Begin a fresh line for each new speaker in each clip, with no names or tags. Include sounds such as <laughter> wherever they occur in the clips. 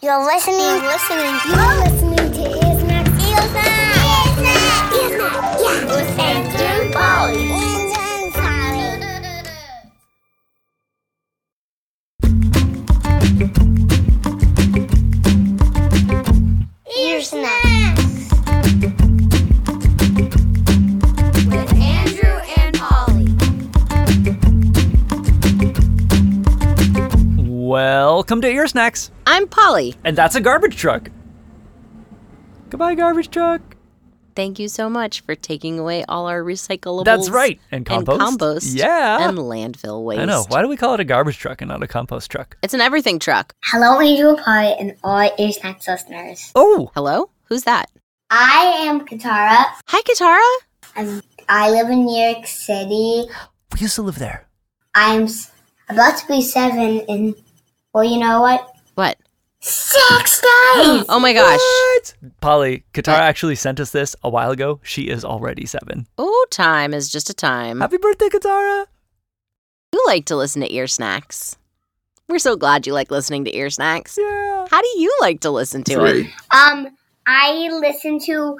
You're listening. You're listening. You're listening to Ears Max. Ears Max. Ears Max. Ears Max. Yeah. With Andrew and Polly. And Polly. Ears Max.
with Andrew and Polly.
Welcome to Ear Snacks,
I'm Polly.
and that's a garbage truck. Goodbye, garbage truck.
Thank you so much for taking away all our recyclables.
That's right, and compost.
compost.
Yeah.
And landfill waste.
I know. Why do we call it a garbage truck and not a compost truck?
It's an everything truck.
Hello, Andrew and Polly, and all Ear Snacks listeners.
Oh,
Hello? Who's that?
I am Katara.
Hi, Katara.
I'm, I live in New York City.
we used to live there.
I'm s- about to be seven in, well, you know what?
What? <gasps>
Six days!
Oh my gosh.
What? Polly, Katara
What?
actually sent us this a while ago. She is already seven.
Oh, time is just a time.
Happy birthday, Katara.
You like to listen to ear snacks. We're so glad you like listening to ear snacks.
Yeah.
How do you like to listen to it?
Um, I listen to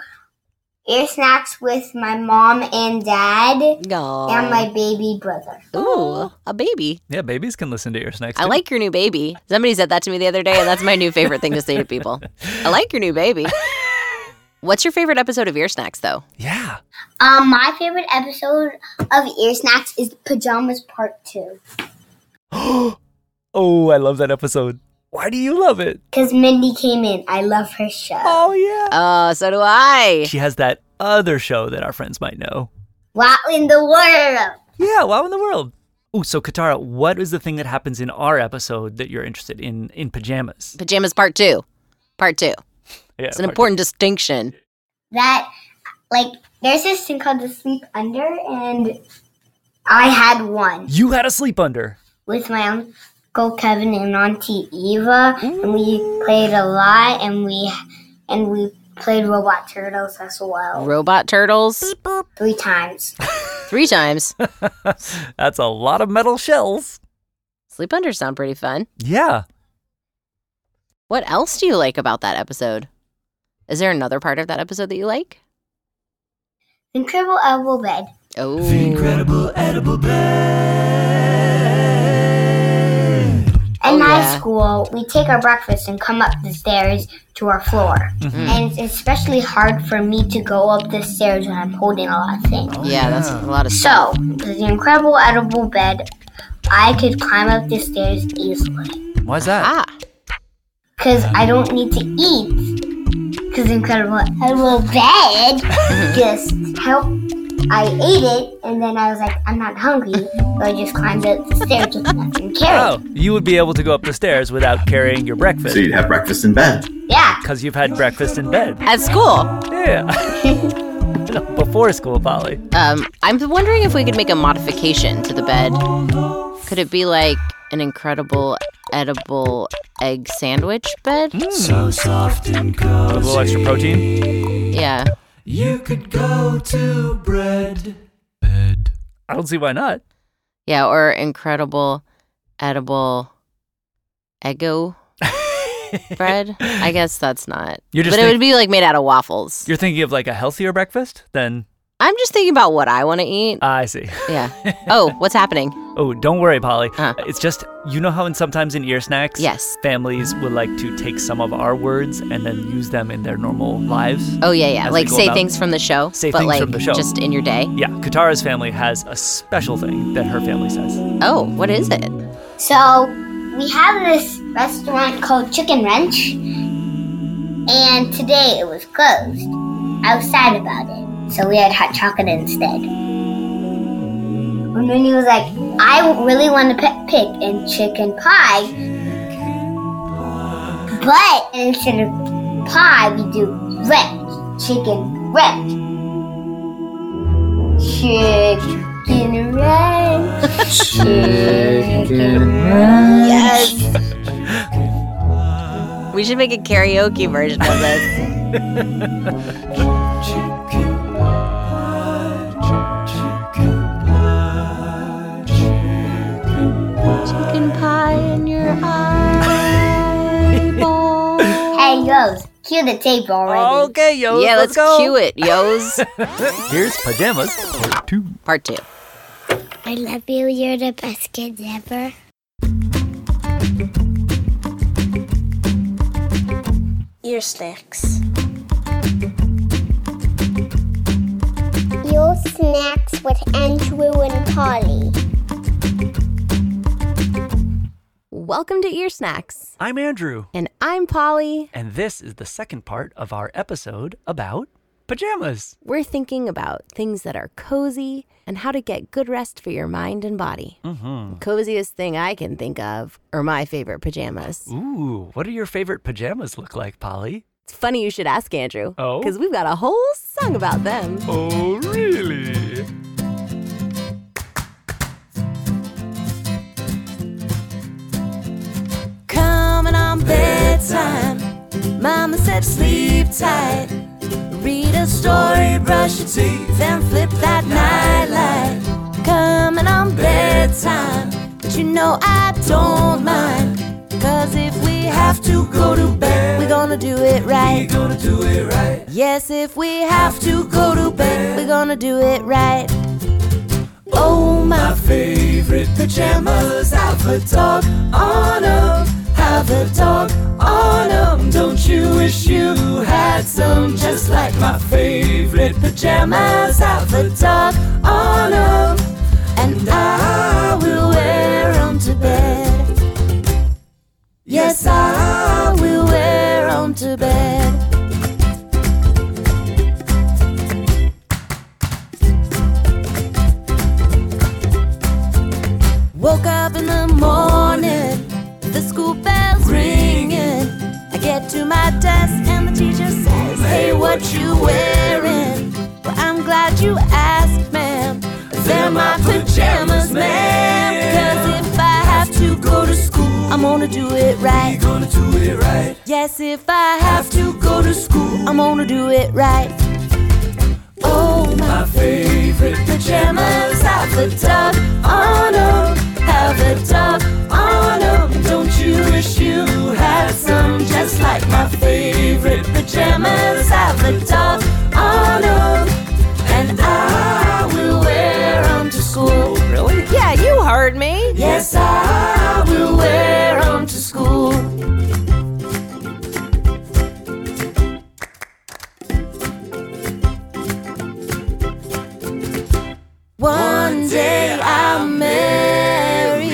Ear Snacks with my mom and dad
Oh.
and my baby brother.
Ooh, a baby.
Yeah, babies can listen to Ear Snacks.
I
too.
like your new baby. Somebody said that to me the other day, and that's my new favorite thing to say to people. I like your new baby. What's your favorite episode of Ear Snacks, though?
<laughs> Yeah.
Um, my favorite episode of Ear Snacks is Pajamas Part 2
Oh, I love that episode. Why do you love it?
because Mindy came in. I love her show.
Oh yeah.
Oh, so do I.
She has that other show that our friends might know.
Wow in the world!
Yeah, wow in the world. Oh, so Katara, what is the thing that happens in our episode that you're interested in in pajamas?
Pajamas Part Two. Part Two.
Yeah,
It's an important distinction.
That, like, there's this thing called the Sleep Under, and I had one.
You had a sleep under.
with my uncle Kevin and auntie Eva, and we played a lot, and we and we played Robot Turtles as well
Robot turtles
three times.
<laughs>
three times.
That's a lot of metal shells.
Sleep under sound pretty fun.
Yeah.
What else do you like about that episode? Is there another part of that episode that you like?
Incredible elbow bed.
Oh,
incredible edible bed.
At
Oh,
night
yeah.
school, we take our breakfast and come up the stairs to our floor,
Mm-hmm.
and it's especially hard for me to go up the stairs when I'm holding a lot of things.
Oh, yeah, that's a lot of stuff.
So, with the incredible edible bed, I could climb up the stairs easily.
Why's that?
Ah,
Because I don't need to eat. Because Incredible Edible Bed <laughs> just helped. I ate it, and then I was like, I'm not hungry. So I just climbed up the stairs with nothing carried.
Oh, you would be able to go up the stairs without carrying your breakfast
So you'd have breakfast in bed.
Yeah.
because you've had breakfast in bed.
at school.
Yeah. <laughs> Before school, Polly.
Um, I'm wondering if we could make a modification to the bed. Could it be like an incredible edible egg sandwich bed?
Hmm. With a little extra protein.
Yeah.
You could go to bread.
I don't see why not.
Yeah, or incredible edible
<laughs>
ego bread. I guess that's not.
You're just
but it
think-
would be like made out of waffles.
You're thinking of like a healthier breakfast? Then
I'm just thinking about what I want to eat.
I see. <laughs>
yeah. Oh, what's happening?
Oh, don't worry, Polly.
Huh.
It's just you know how in sometimes in ear snacks,
Yes.
families will like to take some of our words and then use them in their normal lives.
Oh yeah, yeah.
As we
like
go
say
about-
things from the show,
Say
but
things
like
from the show.
just in your day.
Yeah, Katara's family has a special thing that her family says.
Oh, what is it?
So we have this restaurant called Chicken Wrench, and today it was closed. I was sad about it, so we had hot chocolate instead. And then he was like, I really want to pe- pick and chicken pie, but instead of pie, we do wrench, chicken wrench. Chicken wrench.
Chicken.
Yes.
We should make a karaoke version
<laughs>
of this.
Chicken pie. Chicken pie. Chicken pie.
<laughs>
Chicken pie in your eyeball.
goes. Cue the tape already.
Okay, yo.
yeah, let's,
go.
cue it,
<laughs>
yo's.
Here's pajamas part two.
Part two.
I love you. You're the best kid ever.
Ear snacks.
Your snacks with Andrew and Polly.
Welcome to Ear Snacks.
I'm Andrew,
And I'm Polly.
and this is the second part of our episode about pajamas.
We're thinking about things that are cozy and how to get good rest for your mind and body.
Mm-hmm.
Coziest thing I can think of are my favorite pajamas.
Ooh, what do your favorite pajamas look like, Polly?
It's funny you should ask, Andrew.
Oh?
Because we've got a whole song about them.
Oh, really?
Coming on bedtime. Mama said sleep tight. Read a story, brush your teeth, then flip that nightlight. Coming on bedtime. But you know I don't mind. Cause if we have to go to bed, we're gonna do it right. We're gonna do it right. Yes, if we have to go to bed, we're gonna do it right. Oh my
Favorite pajamas, have a dog on 'em. Have a dog on 'em. Don't you wish you had some just like my favorite pajamas? Have a dog on 'em. And I will wear 'em to bed. Yes, I will wear 'em to bed.
Woke up in the morning, the school bell's ringing. I get to my desk and the teacher says, Hey, what you wearing? Well, I'm glad you asked, ma'am. They're my pajamas, ma'am. Cause if I have to go to school, I'm gonna do it right.
Gonna do it right.
Yes, if I have to go to school, I'm gonna do it right. Oh, my
Favorite
pajamas, have a tub on 'em, have a tub on 'em. Don't you wish you had some just like my favorite pajamas? Have a tub on 'em, and I will wear 'em to school. Really? Yeah, you heard me. Yes, I will wear 'em to school. One day I'll marry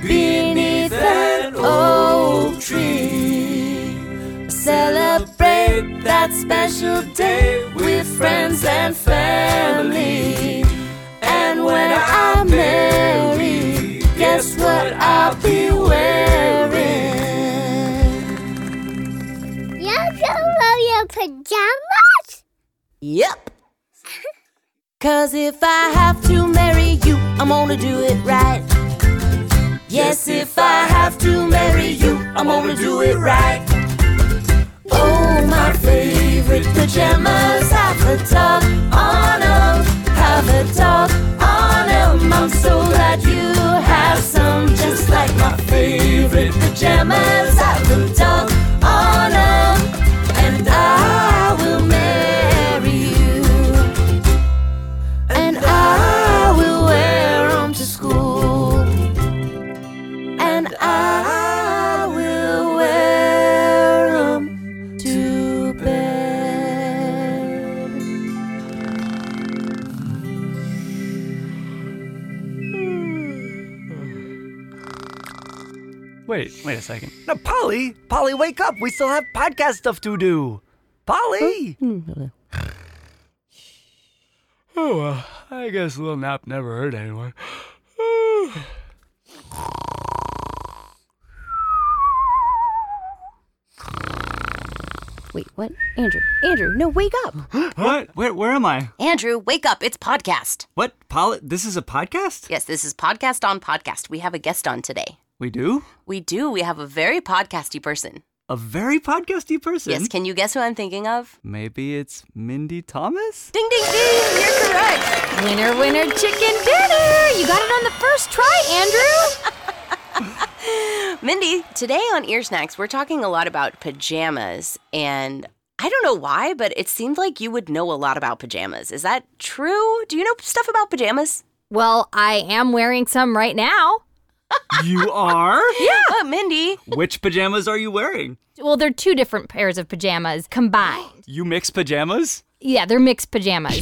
beneath an oak tree. Celebrate that special day with friends and family. And when I marry, guess what I'll be wearing?
You don't love your pajamas?
Yep. <laughs> Cause if I have to marry you, I'm gonna do it right. Yes, if I have to marry you, I'm gonna do it right. Oh, my favorite pajamas have a dog on 'em, have a dog on 'em. I'm so glad you have some, just like my favorite pajamas have a dog on 'em, and I will marry you, and I will wear 'em to school, and I will wear 'em to bed.
Wait, wait a second. No, Polly, Polly, wake up. We still have podcast stuff to do. Polly. oh, uh, I guess a little nap never hurt anyone.
Wait, what? Andrew, Andrew, no, wake up!
What? Where, where am I?
Andrew, wake up. It's podcast.
What? Poli- this is a podcast?
Yes, this is Podcast on Podcast. We have a guest on today.
We do?
We do. We have a very podcasty person.
A very podcasty person?
Hmm?
Yes, can you guess who I'm thinking of?
Maybe it's Mindy
<laughs>
Thomas?
Ding, ding, ding. You're correct.
Winner, winner, chicken dinner! You got it on the first try, Andrew!
<laughs> Mindy, today on Ear Snacks, we're talking a lot about pajamas. And I don't know why, but it seemed like you would know a lot about pajamas. Is that true? Do you know stuff about pajamas?
Well, I am wearing some right now.
You are?
Yeah. Oh, Mindy.
Which pajamas are you wearing?
Well, they're two different pairs of pajamas
<gasps>
combined.
You mix pajamas?
Yeah, they're mixed pajamas.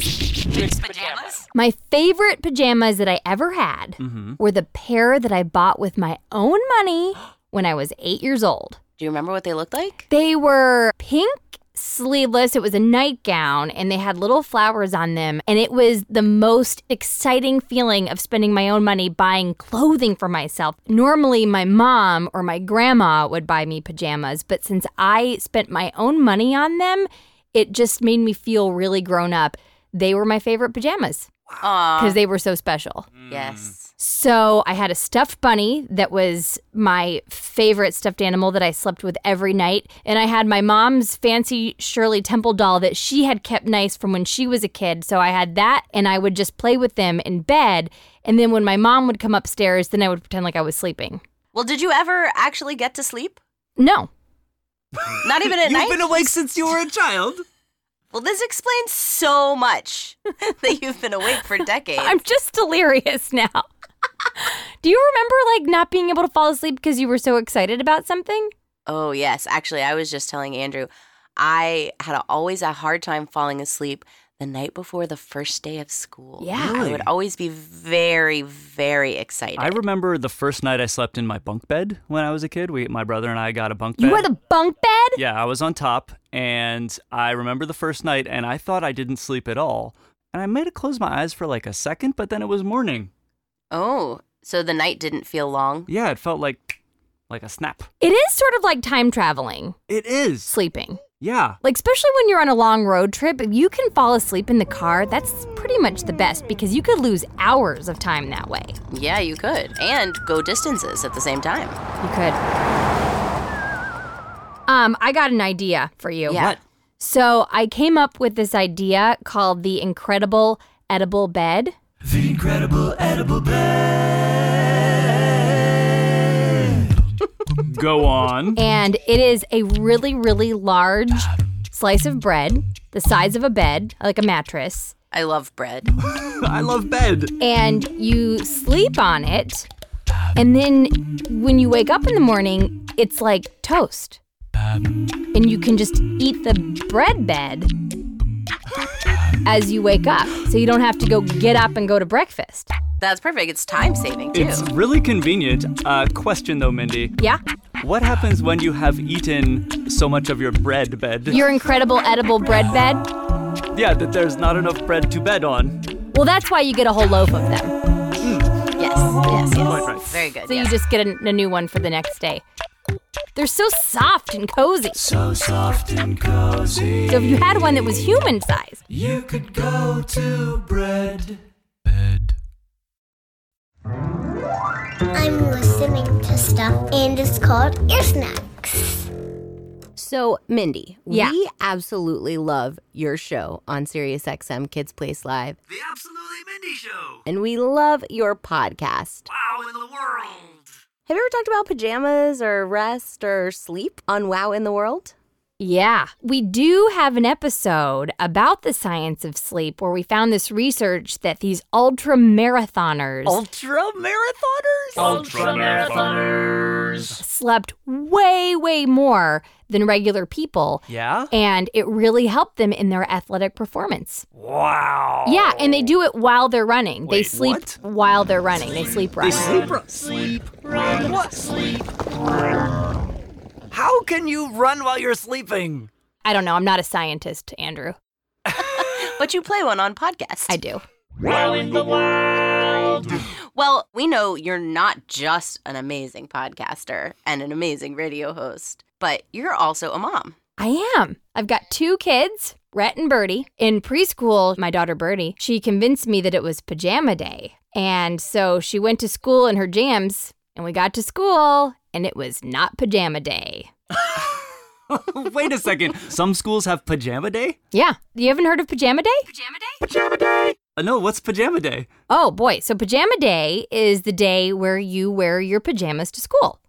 Mixed pajamas? Mm-hmm.
My favorite pajamas that I ever had were the pair that I bought with my own
<gasps>
money when I was eight years old.
Do you remember what they looked like?
They were pink, sleeveless. It was a nightgown, and they had little flowers on them. And it was the most exciting feeling of spending my own money buying clothing for myself. Normally, my mom or my grandma would buy me pajamas, but since I spent my own money on them, it just made me feel really grown up. They were my favorite pajamas
Aw.
because they were so special.
Yes.
So I had a stuffed bunny that was my favorite stuffed animal that I slept with every night. And I had my mom's fancy Shirley Temple doll that she had kept nice from when she was a kid. So I had that and I would just play with them in bed. And then when my mom would come upstairs, then I would pretend like I was sleeping.
Well, did you ever actually get to sleep?
No.
Not even at <laughs>
You've
night?
been awake since you were a child.
well, this explains so much <laughs> that you've been awake <laughs> for decades.
I'm just <laughs> delirious now. Do you remember like not being able to fall asleep because you were so excited about something?
Oh, yes. Actually, I was just telling Andrew, I had a, always a hard time falling asleep the night before the first day of school.
Yeah.
I would always be very, very excited.
I remember the first night I slept in my bunk bed when I was a kid. We, my brother and I got a bunk bed.
You had a bunk bed?
yeah, I was on top, and I remember the first night, and I thought I didn't sleep at all. And I might have closed my eyes for like a second, but then it was morning.
oh, so the night didn't feel long?
Yeah, it felt like like a snap.
It is sort of like time traveling,
It is.
sleeping.
Yeah.
Like, especially when you're on a long road trip, if you can fall asleep in the car, that's pretty much the best because you could lose hours of time that way.
Yeah, you could. And go distances at the same time.
You could. Um, I got an idea for you.
Yeah.
So I came up with this idea called the Incredible Edible Bed.
The incredible edible bed.
Go on.
<laughs> And it is a really, really large slice of bread, the size of a bed, like a mattress.
I love bread.
I love bed.
and you sleep on it. And then when you wake up in the morning, it's like toast. And you can just eat the bread bed as you wake up. So you don't have to go get up and go to breakfast.
That's perfect. It's time saving, too.
It's really convenient. Uh, question though, Mindy.
Yeah?
What happens when you have eaten so much of your bread bed?
Your incredible edible bread bed.
yeah, that there's not enough bread to bed on.
Well, that's why you get a whole loaf of them.
yes, yes, yes.
right.
Very good.
So
yes.
you just get a, a new one for the next day. They're so soft and cozy.
So soft and cozy.
So if you had one that was human sized,
You could go to bread.
I'm listening to stuff, and it's called Ear Snacks.
So, Mindy,
Yeah.
we absolutely love your show on SiriusXM Kids Place Live,
The Absolutely Mindy Show.
and we love your podcast.
Wow in the world.
Have you ever talked about pajamas or rest or sleep on Wow in the World?
Yeah. We do have an episode about the science of sleep where we found this research that these ultra marathoners
Ultra marathoners? Ultra marathoners.
slept way, way more than regular people.
Yeah?
And it really helped them in their athletic performance.
Wow.
Yeah, and they do it while they're running. they
Wait,
sleep
what?
while they're running. They sleep
They
running.
sleep. Run. Sleep. Run. What? Sleep. How can you run while you're sleeping? <laughs>
I don't know. I'm not a scientist, Andrew.
But you play one on podcast.
I do.
Well, we know you're not just an amazing podcaster and an amazing radio host, but you're also a mom.
I am. I've got two kids, Rhett and Birdie. In preschool, my daughter Birdie, she convinced me that it was pajama day. And so she went to school in her jams, and we got to school, and it was not pajama day.
Wait a second. Some schools have pajama day?
Yeah. You haven't heard of pajama day?
Uh, no, what's pajama day?
Oh, boy. So, pajama day is the day where you wear your pajamas to school.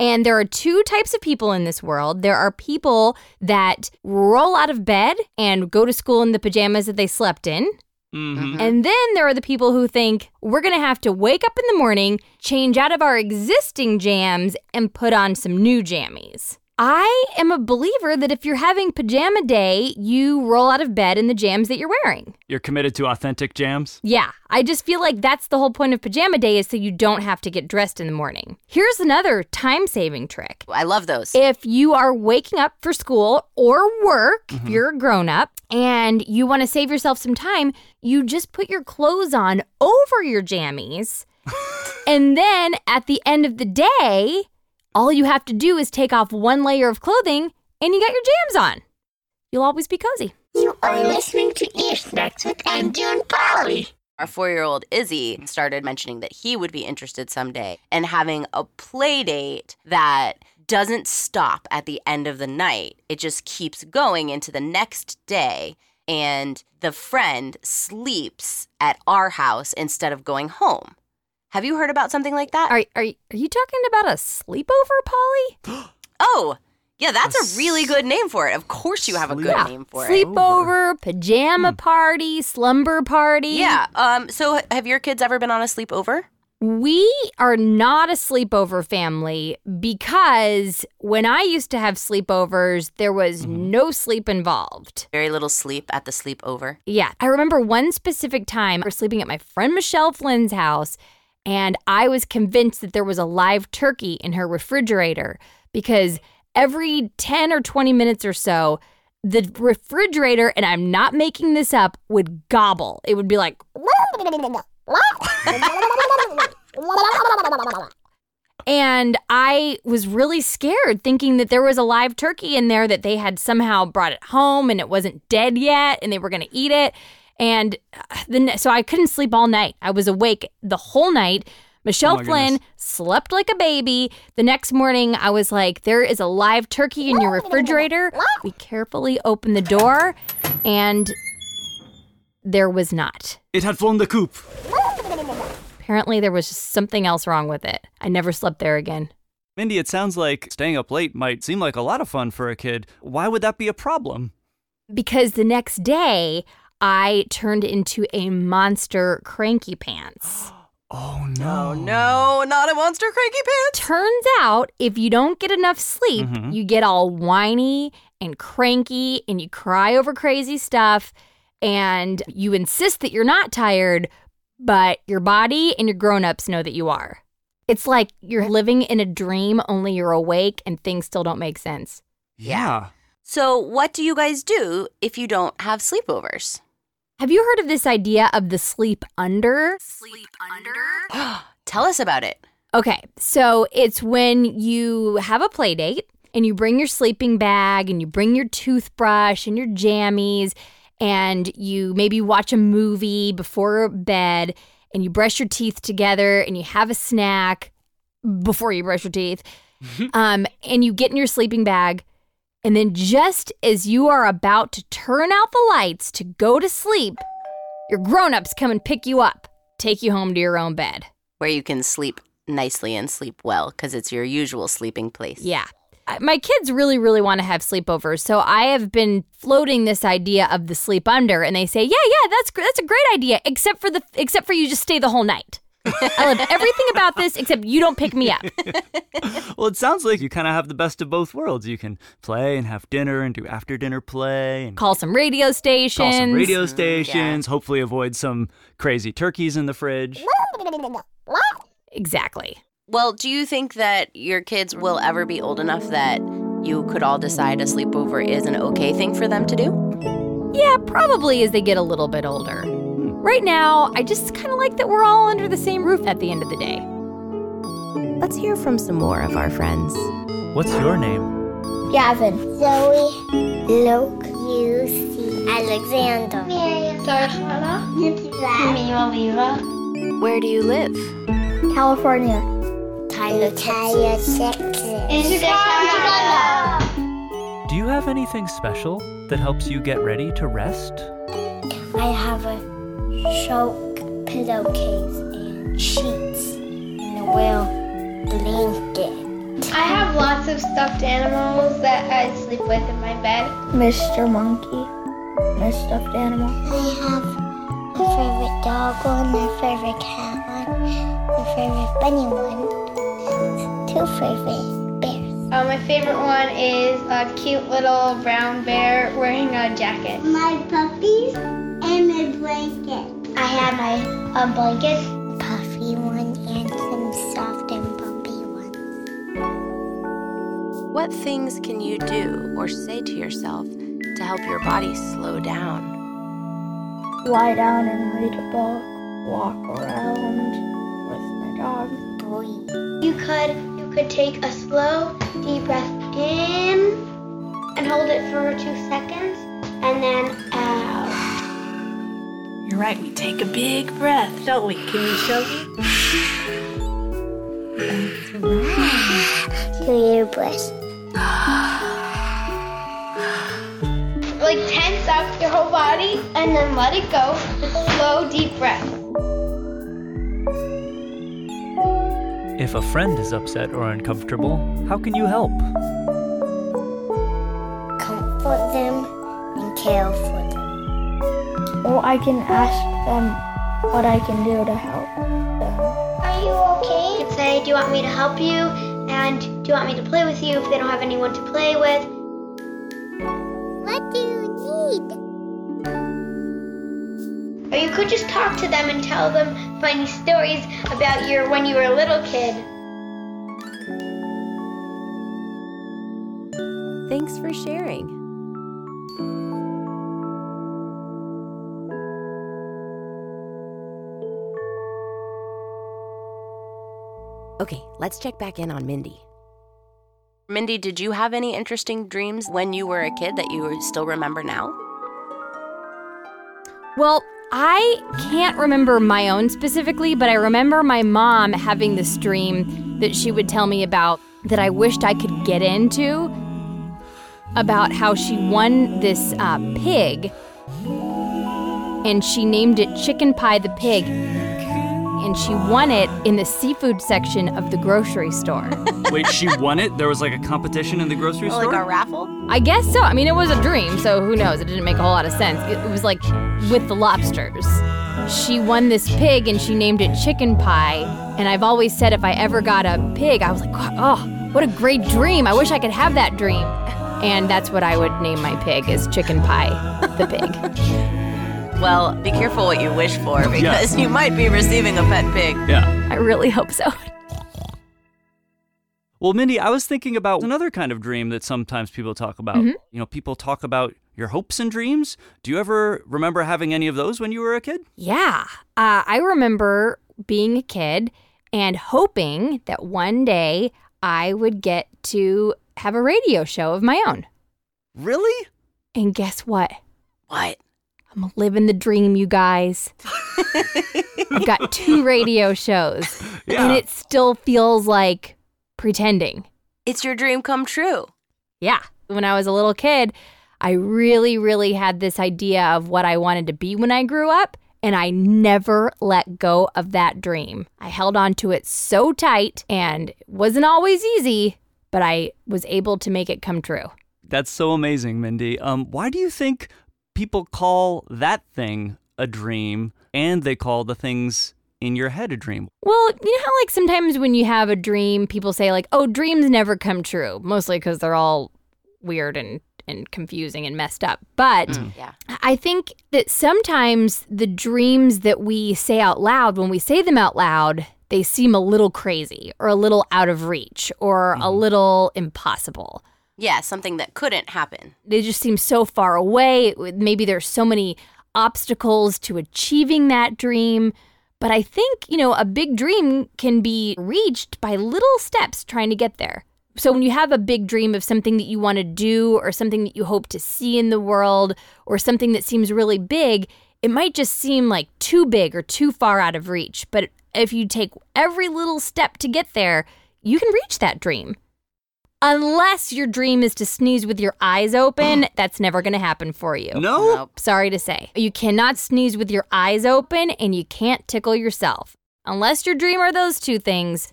And there are two types of people in this world. There are people that roll out of bed and go to school in the pajamas that they slept in.
Mm-hmm.
And then there are the people who think we're going to have to wake up in the morning, change out of our existing jams, and put on some new jammies. I am a believer that if you're having pajama day, you roll out of bed in the jams that you're wearing.
You're committed to authentic jams.
Yeah, I just feel like that's the whole point of pajama day is so you don't have to get dressed in the morning. Here's another time saving trick.
I love those.
If you are waking up for school or work, if you're a grown up and you want to save yourself some time, you just put your clothes on over your jammies. and then at the end of the day, all you have to do is take off one layer of clothing and you got your jams on. You'll always be cozy.
You are listening to Ear Snacks with Andrew and Polly.
Our four year old Izzy started mentioning that he would be interested someday in having a play date that doesn't stop at the end of the night. It just keeps going into the next day. And the friend sleeps at our house instead of going home. Have you heard about something like that?
Are, are, are you talking about a sleepover, Polly?
Oh, yeah, that's a really good name for it. Of course, you have a good
Yeah.
name for it. Hmm.
Sleepover, pajama party, slumber party.
Yeah. Um. So, have your kids ever been on a sleepover?
We are not a sleepover family because when I used to have sleepovers, there was
Mm-hmm.
no sleep involved.
Very little sleep at the sleepover.
Yeah. I remember one specific time we were sleeping at my friend Michelle Flynn's house, and I was convinced that there was a live turkey in her refrigerator because every 10 or 20 minutes or so, the refrigerator, and I'm not making this up, would gobble. It would be like, <laughs> And I was really scared thinking that there was a live turkey in there that they had somehow brought it home and it wasn't dead yet and they were going to eat it. And uh, the, ne- so I couldn't sleep all night. I was awake the whole night. Michelle
Oh my
Flynn
goodness.
slept like a baby. The next morning, I was like, There is a live turkey in your refrigerator. We carefully opened the door, and there was not.
It had flown the coop.
Apparently, there was just something else wrong with it. I never slept there again.
Mindy, it sounds like staying up late might seem like a lot of fun for a kid. Why would that be a problem?
because the next day I turned into a monster cranky pants.
Oh no.
No, not a monster cranky pants.
Turns out if you don't get enough sleep,
Mhm.
you get all whiny and cranky and you cry over crazy stuff and you insist that you're not tired, but your body and your grown-ups know that you are. It's like you're living in a dream only you're awake and things still don't make sense.
Yeah.
So, what do you guys do if you don't have sleepovers?
Have you heard of this idea of the sleep under?
Tell us about it.
Okay, so it's when you have a play date and you bring your sleeping bag and you bring your toothbrush and your jammies and you maybe watch a movie before bed and you brush your teeth together and you have a snack before you brush your teeth um, and you get in your sleeping bag. And then just as you are about to turn out the lights to go to sleep, your grown ups come and pick you up, take you home to your own bed.
Where you can sleep nicely and sleep well because it's your usual sleeping place.
Yeah. I- My kids really, really want to have sleepovers, so I have been floating this idea of the sleep under, and they say, "Yeah, yeah, that's gr- that's a great idea, except for the except for you just stay the whole night. I love everything about this except you don't pick me up.
Well, it sounds like you kind of have the best of both worlds. You can play and have dinner and do after dinner play and
Call some radio stations.
call some radio stations, hopefully avoid some crazy turkeys in the fridge.
exactly.
Well, do you think that your kids will ever be old enough that you could all decide a sleepover is an okay thing for them to do?
Yeah, probably as they get a little bit older.
Hmm.
Right now, I just kind of like that we're all under the same roof at the end of the day.
Let's hear from some more of our friends.
What's your name?
Gavin, Zoe, Luke, Lucy, Alexander, Miriam, Darshana, Mila, Viva,
Where do you live?
California, Tyler, Texas,
Do you have anything special that helps you get ready to rest?
I have a choke pillowcase and sheets and a real blanket
I have lots of stuffed animals that I sleep with in my bed.
Mr. Monkey, my stuffed animal.
I have my favorite dog one, my favorite cat one, my favorite bunny one, and two favorite bears.
Uh, my favorite one is a cute little brown bear wearing a jacket.
My puppies and my blanket.
I have my a blanket, puffy one, and some soft and bumpy ones.
What things can you do or say to yourself to help your body slow down?
Lie down and read a book. Walk around with my dog.
Breathe.
You could you could take a slow deep breath in and hold it for two seconds, and then out.
You're right, we take a big breath, don't we? Can you show me?
Through your breath.
<gasps> like tense up your whole body and then let it go with slow, deep breath.
If a friend is upset or uncomfortable, how can you help?
Comfort them and care for them
or I can ask them what I can do to help them.
Are you okay? You say, do you want me to help you? And do you want me to play with you if they don't have anyone to play with?
What do you need?
Or you could just talk to them and tell them funny stories about your when you were a little kid.
Thanks for sharing. Okay, let's check back in on Mindy.
Mindy, did you have any interesting dreams when you were a kid that you still remember now?
Well, I can't remember my own specifically, but I remember my mom having this dream that she would tell me about that I wished I could get into about how she won this uh, pig and she named it Chicken Pie the Pig and she won it in the seafood section of the grocery store.
Wait, she won it? There was like a competition in the grocery
like
store?
Like a raffle?
I guess so. I mean, it was a dream, so who knows? It didn't make a whole lot of sense. It was like with the lobsters. She won this pig and she named it Chicken Pie. And I've always said if I ever got a pig, I was like, oh, what a great dream. I wish I could have that dream. And that's what I would name my pig is Chicken Pie the pig. <laughs>
Well, be careful what you wish for because yeah. you might be receiving a pet pig.
Yeah.
I really hope so.
Well, Mindy, I was thinking about another kind of dream that sometimes people talk about. Mm-hmm. You know, people talk about your hopes and dreams. Do you ever remember having any of those when you were a kid?
Yeah. Uh, I remember being a kid and hoping that one day I would get to have a radio show of my own.
Really?
And guess what?
What?
I'm living the dream, you guys. I've got two radio shows, yeah. and it still feels like pretending.
It's your dream come true.
Yeah. When I was a little kid, I really, really had this idea of what I wanted to be when I grew up, and I never let go of that dream. I held on to it so tight, and it wasn't always easy, but I was able to make it come true.
That's so amazing, Mindy. Um, why do you think people call that thing a dream and they call the things in your head a dream.
Well, you know how like sometimes when you have a dream, people say like, "Oh, dreams never come true," mostly cuz they're all weird and and confusing and messed up. But mm. yeah. I think that sometimes the dreams that we say out loud, when we say them out loud, they seem a little crazy or a little out of reach or mm. a little impossible.
Yeah, something that couldn't happen.
They just seem so far away. Maybe there's so many obstacles to achieving that dream. But I think, you know, a big dream can be reached by little steps trying to get there. So when you have a big dream of something that you want to do or something that you hope to see in the world or something that seems really big, it might just seem like too big or too far out of reach. But if you take every little step to get there, you can reach that dream. Unless your dream is to sneeze with your eyes open, that's never going to happen for you.
No? Nope.
Sorry to say. You cannot sneeze with your eyes open and you can't tickle yourself. Unless your dream are those two things,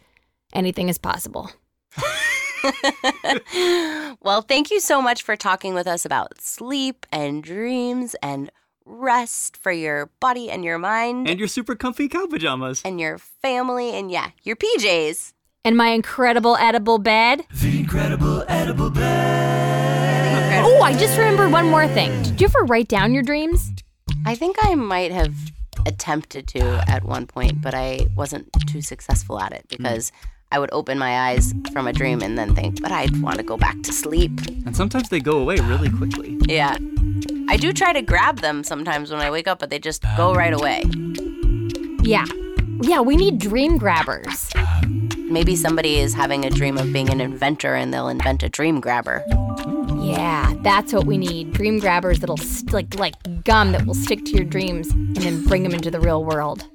anything is possible.
well, thank you so much for talking with us about sleep and dreams and rest for your body and your mind
and your super comfy cow pajamas
and your family and yeah, your PJs.
And my incredible edible bed.
The incredible edible bed.
Oh, I just remembered one more thing. Did you ever write down your dreams?
I think I might have attempted to at one point, but I wasn't too successful at it because I would open my eyes from a dream and then think, but I'd want to go back to sleep.
And sometimes they go away really quickly.
Yeah. I do try to grab them sometimes when I wake up, but they just go right away.
Yeah. Yeah, we need dream grabbers.
Maybe somebody is having a dream of being an inventor and they'll invent a dream grabber.
Yeah, that's what we need. Dream grabbers that'll st- like like gum that will stick to your dreams and then bring them into the real world.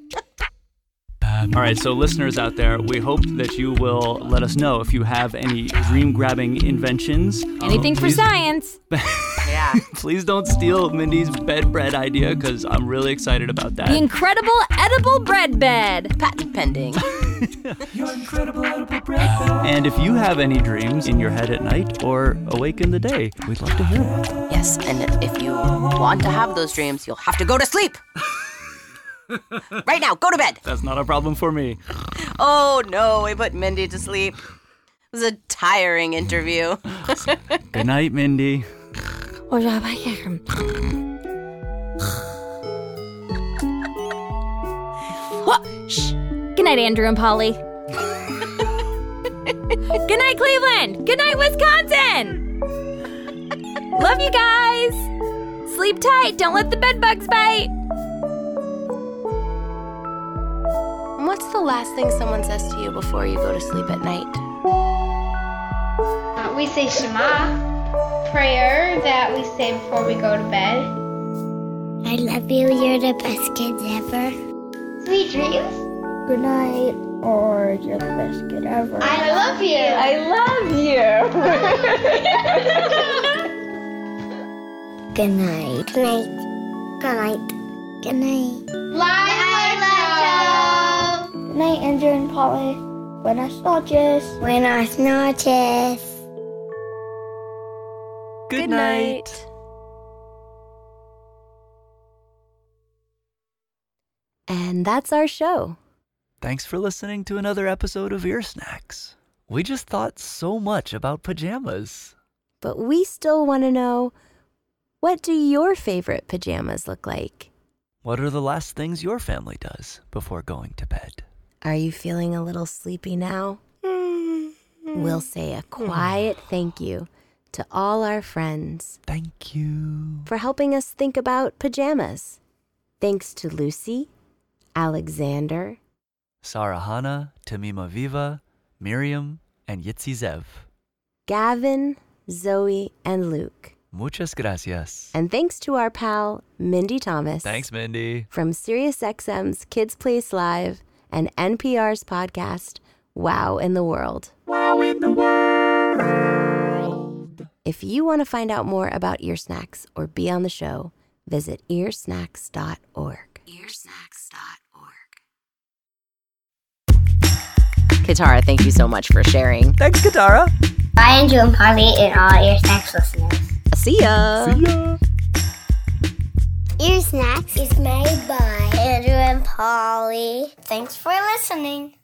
All right, so listeners out there, we hope that you will let us know if you have any dream grabbing inventions.
Anything for
please-
science.
yeah.
Please don't steal Mindy's bed bread idea because I'm really excited about that.
The incredible edible bread bed.
Patent pending.
And if you have any dreams in your head at night or awake in the day, we'd love to hear it.
Yes, and if you want to have those dreams, you'll have to go to sleep. right now, go to bed.
That's not a problem for me.
Oh no, we put Mindy to sleep. It was a tiring interview.
Good night, Mindy.
What? Shh. Good night, Andrew
<laughs>
and Polly. Good night, Cleveland. Good night, Wisconsin. Love you guys. Sleep tight. Don't let the bed bugs bite.
What's the last thing someone says to you before you go to sleep at night?
Uh, we say Shema, prayer that we say before we go to bed.
I love you. You're the best kids ever.
Sweet dreams.
Good night, or you're the best kid ever.
I love you.
Good night. Good night. Good night. Good night.
Live Live
Good night, Andrew and Polly. Buenas noches.
Buenas noches.
Good,
night. And that's our show.
Thanks for listening to another episode of Ear Snacks. We just thought so much about pajamas.
But we still want to know what do your favorite pajamas look like?
What are the last things your family does before going to bed?
Are you feeling a little sleepy now? We'll say a quiet thank you to all our friends
Thank you.
for helping us think about pajamas. Thanks to Lucy, Alexander,
Sarahana, Tamima Viva, Miriam, and Yitzi Zev.
Gavin, Zoe, and Luke.
Muchas gracias.
And thanks to our pal, Mindy Thomas.
Thanks, Mindy.
From SiriusXM's Kids Place Live and NPR's podcast, Wow in the World.
Wow in the world.
If you want to find out more about Ear Snacks or be on the show, visit earsnacks.org. Earsnacks.org.
Katara, thank you so much for sharing.
Thanks, Katara.
Bye, Andrew and Polly, and all your snacks listeners.
See ya.
See ya.
Ear Snacks is made by Andrew and Polly. Thanks for listening.